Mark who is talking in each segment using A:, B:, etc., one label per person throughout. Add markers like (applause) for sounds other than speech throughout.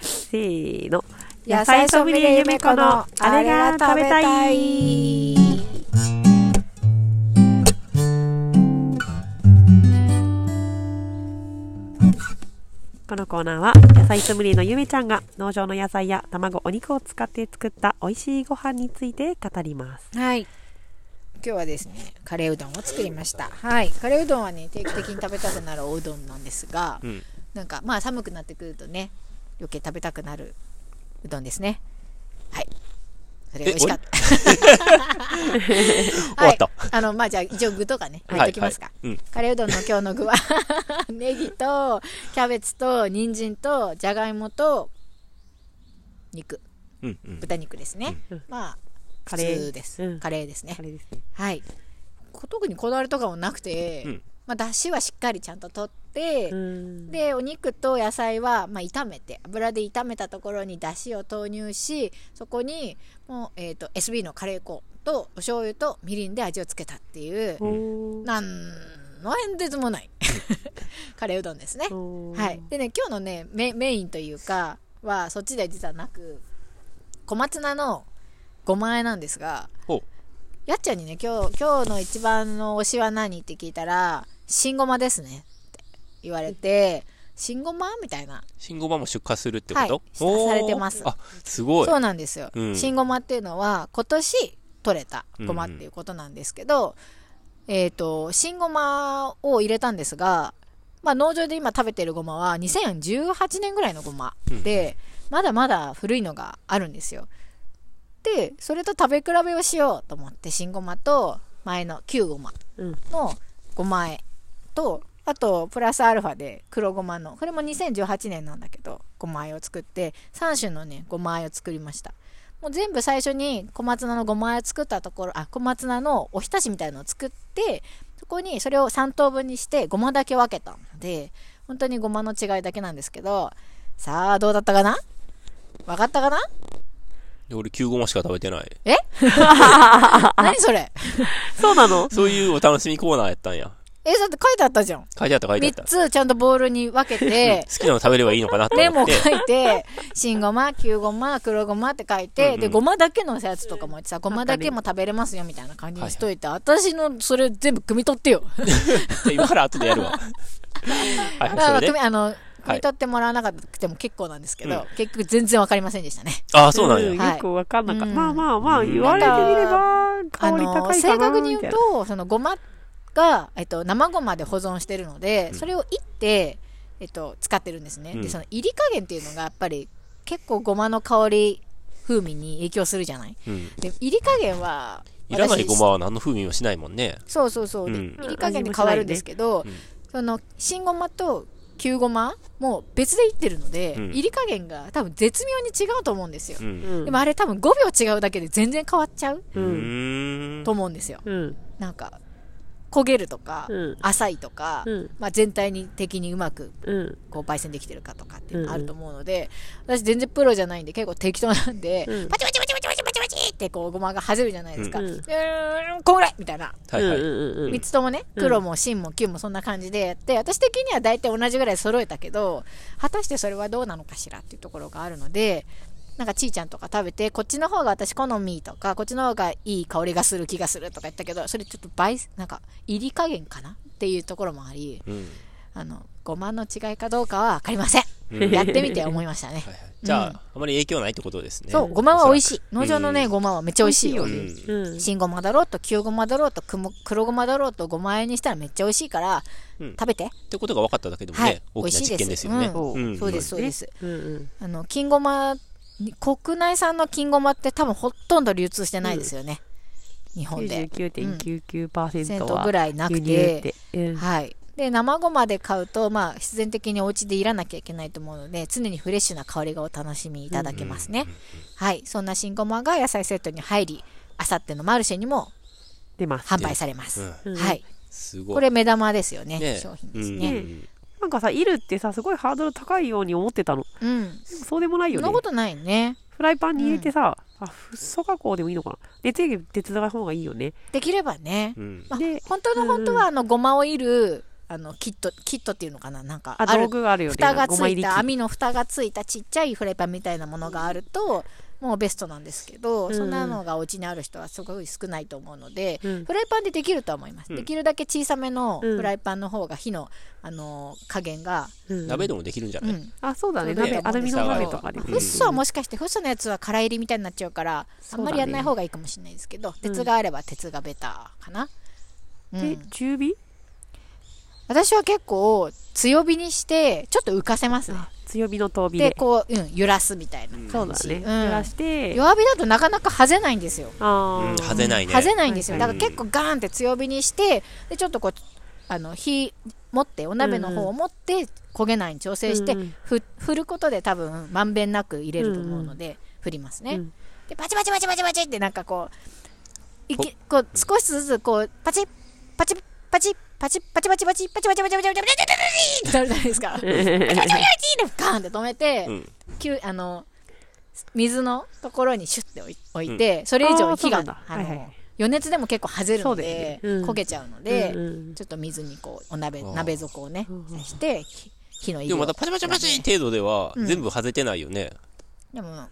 A: せーの
B: 野菜ソムリエゆめこのあれが食べたい
A: このコーナーは野菜ソムリエのゆめちゃんが農場の野菜や卵お肉を使って作った美味しいご飯について語ります
B: はい今日はですねカレーうどんを作りましたはいカレーうどんはね定期的に食べたくなるおうどんなんですが、
A: うん
B: なんかまあ寒くなってくるとね余計食べたくなるうどんですねはいそれ美味しかった (laughs)
C: 終わった
B: はい、あのまあじゃあ一応具とかね
C: はい
B: 置いときますか、
C: はいうん
B: カレーうどんの今日の具は (laughs) ネギとキャベツと人参とじゃがいもと肉
C: うんうん
B: 豚肉ですね、
A: うん
B: まあ
A: カレー
B: 普通です、
A: うん
B: カレーですね
A: あれですね
B: はいこ特にこだわりとかもなくて、
C: うん
B: まあだしはしっかりちゃんと取って、
A: うん
B: でお肉と野菜は、まあ、炒めて油で炒めたところにだしを投入しそこにもう、えー、と SB のカレー粉とお醤油とみりんで味をつけたっていう
A: おー
B: なんの変哲もないカレーうどんですね。
A: おー
B: はい、でね今日のねメメインというかはそっちでは実はなく小松菜のごま和えなんですが
C: ほう
B: やっちゃんにね今日今日の一番の推しは何って聞いたら「新ごまですね」って言われて「新ごま?」みたいな
C: 信号場も出荷するってこと、
B: はい出荷
C: おー
B: されてます
C: あすごい
B: そうなんですよ、
C: うん
B: 新ごまっていうのは今年取れたごまっていうことなんですけど、えっ、と新ごまを入れたんですが、まあ、農場で今食べてるごまは2018年ぐらいのごまで、まだまだ古いのがあるんですよでそれと食べ比べをしようと思って新ごまと前の旧ごま
A: うん
B: のごまえとあとプラスアルファで黒ごまのこれも2018年なんだけどごまあえを作って3種のねごまあえを作りましたもう全部最初に小松菜のごまあえを作ったところあ小松菜のおひたしみたいのを作ってそこにそれを3等分にしてごまだけ分けたので本当にごまの違いだけなんですけどさあどうだったかな分かったかな
C: で俺9号もしか食べてない
B: え何それ
A: そうなの
C: そういうお楽しみコーナーやったんや
B: えだって書いてあったじゃん
C: 書いてあった書いてあった
B: 3つちゃんとボールに分けて
C: 好きなの食べればいいのかなと
B: メ
C: 思っ
B: モ
C: て
B: 書いて新ごま旧ごま黒ごまって書いて、
C: うんうん
B: でごまだけのやつとかもさごまだけも食べれますよみたいな感じにしといて、私のそれ全部汲み取ってよ
C: で (laughs) 今から後で
B: (laughs)
C: やるわは
B: だ
C: いはい
B: か
C: そ
B: ら
C: れ
B: 汲
C: で
B: みあの汲み取ってもらわなかったくても結構なんですけど、
C: うん
B: 結局全然わかりませんでしたね
C: ああそうなんや、
A: ん
B: はい
A: よくわかんなかった、
B: うん
A: まあまあまあ言われてみれば
B: あ
A: 香り高いか
B: の
A: な
B: 正確に言
A: みた
B: う
A: いな
B: とそのごまが、えっと、生ごまで保存してるので、
C: ん
B: それをいって、えっと、使ってるんですね、
C: うん
B: でその入り加減っていうのがやっぱり結構ごまの香り風味に影響するじゃない
C: うん、
B: で入り加減はい
C: らない
B: 私
C: ごまは何の風味もしないもんね
B: そうそうそう、で
C: うん
B: 入り加減で変わるんですけど、
C: 味もしな
B: その新ごまと旧ごまも別でいってるので、
C: うん
B: 入り加減が多分絶妙に違うと思うんですよ、
C: うん
A: うん
B: でもあれ多分5秒違うだけで全然変わっちゃう
C: う
A: う
C: ー
A: ん
C: ん
B: と思うんですよ
A: うん
B: なんか焦げるとか、
A: うん
B: 浅いとか、
A: うん
B: まあ、全体的にうまく
A: うん
B: こう焙煎できてるかとかっていう
A: うんう
B: の
A: ん
B: あると思うので、私全然プロじゃないんで結構適当なんで、
A: うん
B: パチパチパチパチパチパチパチってこうごまが弾るじゃないですか、
A: う
B: うんん、んこんぐらいみたいな
C: はいはい、
A: うんうんうん
B: 3つともね
A: うん
B: 黒も芯も球もそんな感じでやって私的には大体同じぐらい揃えたけど果たしてそれはどうなのかしらっていうところがあるのでなんかちーちゃんとか食べてこっちの方が私好みとかこっちの方がいい香りがする気がするとか言ったけどそれちょっと倍なんか入り加減かなっていうところもあり
C: うん
B: あのごまの違いかどうかは分かりません
C: うん
B: やってみて思いまし
A: (laughs)
B: たね
C: はいはいじゃあ、あまり影響ないってことですね
B: そうごまは美味しい農
C: おそら
B: 場
C: く
B: のね
C: うん
B: ごまはめっちゃ美味しいよ
C: 美味しいよね
A: うん
B: 新ごまだろうと旧ごまだろうとくも黒ごまだろうとごまあえにしたらめっちゃ美味しいから、
C: うん
B: 食べて
C: ってことが分かっただけでもね、
B: はい
C: 大きな実験ですよね、
B: 美
A: 味しいです
C: ん
A: うん
C: ん
B: そうですそうです
A: うんうん
B: あの金ごまに国内産の金ごまって多分ほとんど流通してないですよね、日本で
A: 99.99%
B: 銭
A: は、
B: 湯ぐらいなく
A: 輸入ってて、うん
B: はいで生ごまで買うとまあ必然的にお家でいらなきゃいけないと思うので常にフレッシュな香りがお楽しみいただけますね、はいそんな新ごまが野菜セットに入りあさってのマルシェにも
A: 出ます
B: 販売されます、
A: うん
B: はい
C: すごい
B: これ目玉ですよね
C: ね
B: 商品ですね、
C: うん
A: なんかさイルってさすごいハードル高いように思ってたの
B: うん
A: でもそうでもない
B: そ
A: よ
B: ん
A: ね
B: なことないね
A: フライパンに入れてさ、あフッ素加工でもいいのかな熱で手伝う方がいいよね
B: できればね、
C: うん
B: まあ
A: で、
B: 本当の
A: うんうん
B: 本当はあのごまをいる、あのキットキットっていうのかななんか
A: あ
B: ある
A: 道具があるよね
B: 蓋がつ
A: 5枚
B: い
A: 入り
B: た網の蓋がついたちっちゃいフライパンみたいなものがあるともうベストなんですけど、
A: うん
B: そんなのがお家にある人はすごい少ないと思うので、
A: うん
B: フライパンでできるとは思います、
C: うん
B: できるだけ小さめの
A: うん
B: フライパンの方が火の、あの加減が、
A: うん
C: 鍋でもできるんじゃ
B: う
C: ない、
B: ん、
A: あそうだね
B: そうだ
A: 鍋
B: よ
A: アルミの鍋とかでも
C: うん
B: フッ素はもしかしてフッ素のやつは空入りみたいになっちゃうからあ
A: そ
B: ん
A: うだね
B: まりやんない方がいいかもしれないですけど、鉄があれば鉄がベターかな、う
A: で
B: ん、
A: 中火
B: 私は結構強火にしてちょっと浮かせますね
A: あ強火の遠火
B: で
A: で
B: こう、うん、揺らすみたいな
A: そうだね
B: ん
A: 揺らして
B: 弱火だとなかなかはぜないんですよ
C: うん
A: あ
C: は
A: ー
C: ぜないね
B: はぜないんですよ
C: うん
B: だから結構ガーンって強火にしてでちょっとこうあの火持ってお鍋の方を持って焦げないように調整して、
A: うん
B: ふ振ることで多分まんべんなく入れると思うので、振りますね、
A: うん
B: でパチパチパチパチパチってなんかこうい
C: ほ
B: きこう少しずつこうパチッパチッパチッパチッパチパチパチパチパチパチパチパチパチパチパチパチってなるじゃないですかパチパチパチパチってガーンって止めて、
C: うん
B: きゅあの水のところにシュッて置い置いて、それ以上火
A: あー
B: が
A: そうなんだ
B: あ
A: はいはい
B: の余熱でも結構はぜる
A: そう
B: の
A: だよね
B: で、
A: うん
B: 焦げちゃうので、
A: うんうん
B: ちょっと水にこうお鍋
C: あー
B: 鍋底をね
A: うんうん
B: 刺して火火の入り
C: で
B: を
C: もまたパチパチパチ程度では
B: うん
C: 全部外れてないよね。
B: でも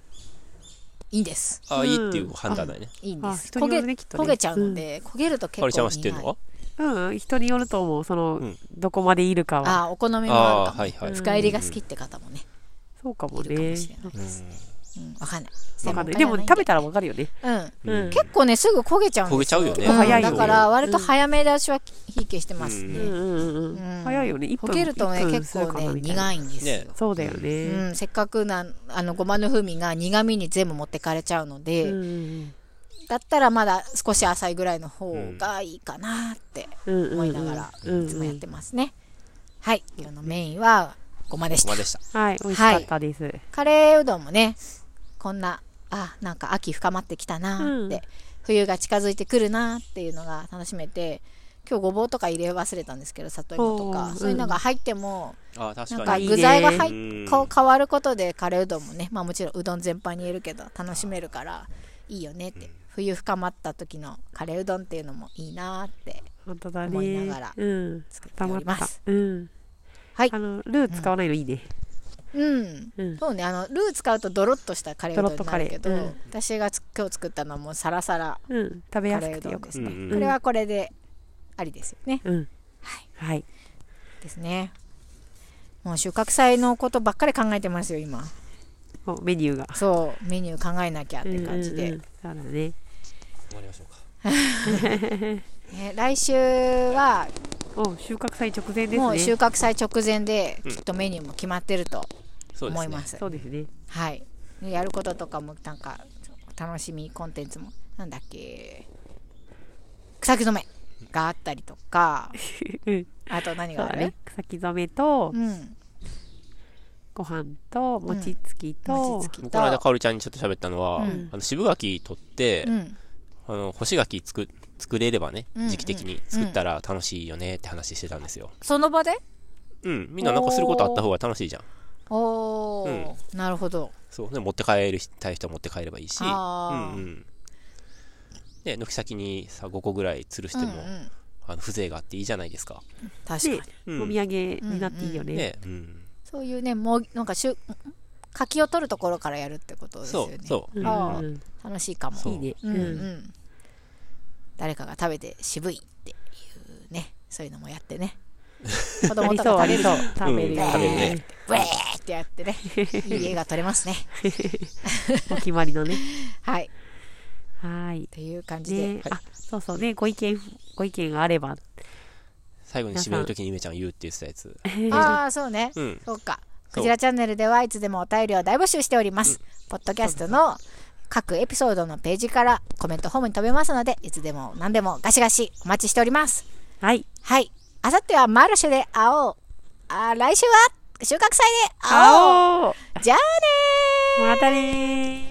B: いいんです
C: ああ、いいっていう判断だよね。
B: いいんです
A: あ人
B: 焦
A: に
B: げ
A: よるねきっとね
B: 焦げちゃうので、焦げると結
C: かりちゃん
B: 構
C: は知ってるのは
A: うん人によると思うその
C: うん
A: どこまでいるかは
B: ああーお好みもある
C: ああ、
B: かも、
C: はいはい。
A: うん
B: 深入りが好きって方もね、
A: そうかも
B: いるかも
A: ね
B: しれないです、
C: うん
B: うん、わかんない
A: わかんないでも食べたらわかるよね
B: ら、うん、
C: うん
A: うん
B: 結構ねすぐ焦げちゃうん
C: 焦
B: で
C: げ
B: す
C: ちゃうよね。
A: 結構早いよ
B: だから割と早め出しは火消してます
C: うん
B: ね、
A: うんうんうんうん早いよね1分
B: 焦げるとね
A: 1分
B: 結
A: す
B: 構
A: るかな
B: ね
A: みたいな
B: 苦いんですよ、
C: ね
A: そうだよね
B: うん、せっかくなあのごまの風味が苦味に全部持ってかれちゃうので、
A: うんうん
B: だったらまだ少し浅いぐらいの方がいいかなって
A: うんうん
B: 思いながら
A: うんうん
B: いつもやってますね、はい今日のメインはごまでし
C: ご
B: た
C: までした。
A: はい美味しかったです
B: カレーうどんもねこんなあなんか秋深まってきたなって、
A: うん
B: 冬が近づいてくるなっていうのが楽しめて今日ごぼうとか入れ忘れたんですけど里芋と
A: お
B: か
A: ー
B: そういうのが入っても、
C: ああ、
B: な
C: 確
B: んか
C: かに。
B: 具材が
A: い
C: い
B: 入
C: ね
B: っこう変わることでカレーうどんもね、まあ、もちろんうどん全般に言えるけど楽しめるからいいよねって冬深まった時のカレーうどんっていうのもいいなって
A: 本当だね
B: 思いながら
A: うん
B: 作って
A: たま
B: お
A: っ
B: りま
A: た
B: す。
A: うん
B: はい
A: あのルー使わないのいいね
B: うん
A: うん
B: そうねあのルー使うとドロッとしたカレーうどんになるけど、
A: ドロッと
B: 私がつ今日作ったのはもうサラサラ
A: うん食べ
B: カ
A: やす
B: レーう
A: くて
B: ど
A: よ
B: ん
A: かっ
B: で
A: た
B: すね、
C: うんうん
B: これはこれでありですよね
A: うん
B: はい
A: はい
B: ですねもう収穫祭のことばっかり考えてますよ今
A: おメニューが
B: そうメニュー考えなきゃって感じ
A: う
B: で、
A: んうんうんそうだね
C: 終わりましょうか。
B: ね来週は
A: お収穫祭直前ですね
B: もう収穫祭直前で
C: うん
B: きっとメニューも決まってると
C: そうです
B: 思
C: ね。
B: います。
A: そうです
B: (laughs)
A: ね
B: はい。ねやることとかもなんか楽しみコンテンツもなんだっけ草木染めがあったりとか、
A: うん
B: あと
A: (laughs)
B: 何
A: そ
B: が
A: う
B: あ
A: だ
B: る？
A: ね草木染めと
B: うん。
A: ご飯と餅つきと
B: 餅つき
C: 僕
B: と
C: この間、かおりちゃんにちょっと喋ったのは、
B: うん
C: あの渋柿取って、
B: うん。
C: あの干し柿作作れればね、
B: うん
C: 時期的に作ったら楽しいよねって話してたんですよ。
B: その場で？
C: うん、みんななんかすることあった方が楽しいじゃん。
B: おお、なるほど。
C: そう、ね、持って帰るたい人は持って帰ればいいし、うん
B: あー
C: うん。ね、軒先にさ5個ぐらい吊るしても、
B: うんうん
C: あの風情があっていいじゃないですか。
B: 確か
A: で
B: に。
C: う
A: お
C: ん、
A: 土産になっていいよね
C: ね、うん、
B: そういうねもうなんかしゅ柿を取るところからやるってことですよ
C: そ
B: ね。
C: う、そう。
A: うん
B: あー
A: うん
B: 楽しいかも。
C: そう
A: いいね
B: うん
A: う
B: うんん、誰かが食べて渋いっていうねそういうのもやって
C: (laughs)
B: ね子
A: あ
B: 供
A: り
B: と
A: そう
B: か
A: あ
B: 食べ
A: り
B: る
A: そ
B: と
A: う食べるよ
C: うん食べる
A: ね
C: ね
B: ウェーってや
C: (laughs)
B: ってねいい映画撮れますね
A: お決まりのね
B: はい
A: はーい
B: という感じで、
A: ねあそうそうねご意見ご意見があれば
C: 最後に締めるときにゆめちゃん言うって言ってたやつ。
B: ああそうね、
C: うん。
B: そうか
C: そ
B: ク
C: う
B: ジラチャンネルではいつでもお便りを大募集しております、ポッドキャストの各エピソードのページからコメントホームに飛べますのでいつでも何でもガシガシお待ちしております
A: (laughs) はい
B: はい。あさってはマルシェで会おう。あ、来週は収穫祭で会おう。
A: あお
B: じゃあねー。
A: またねー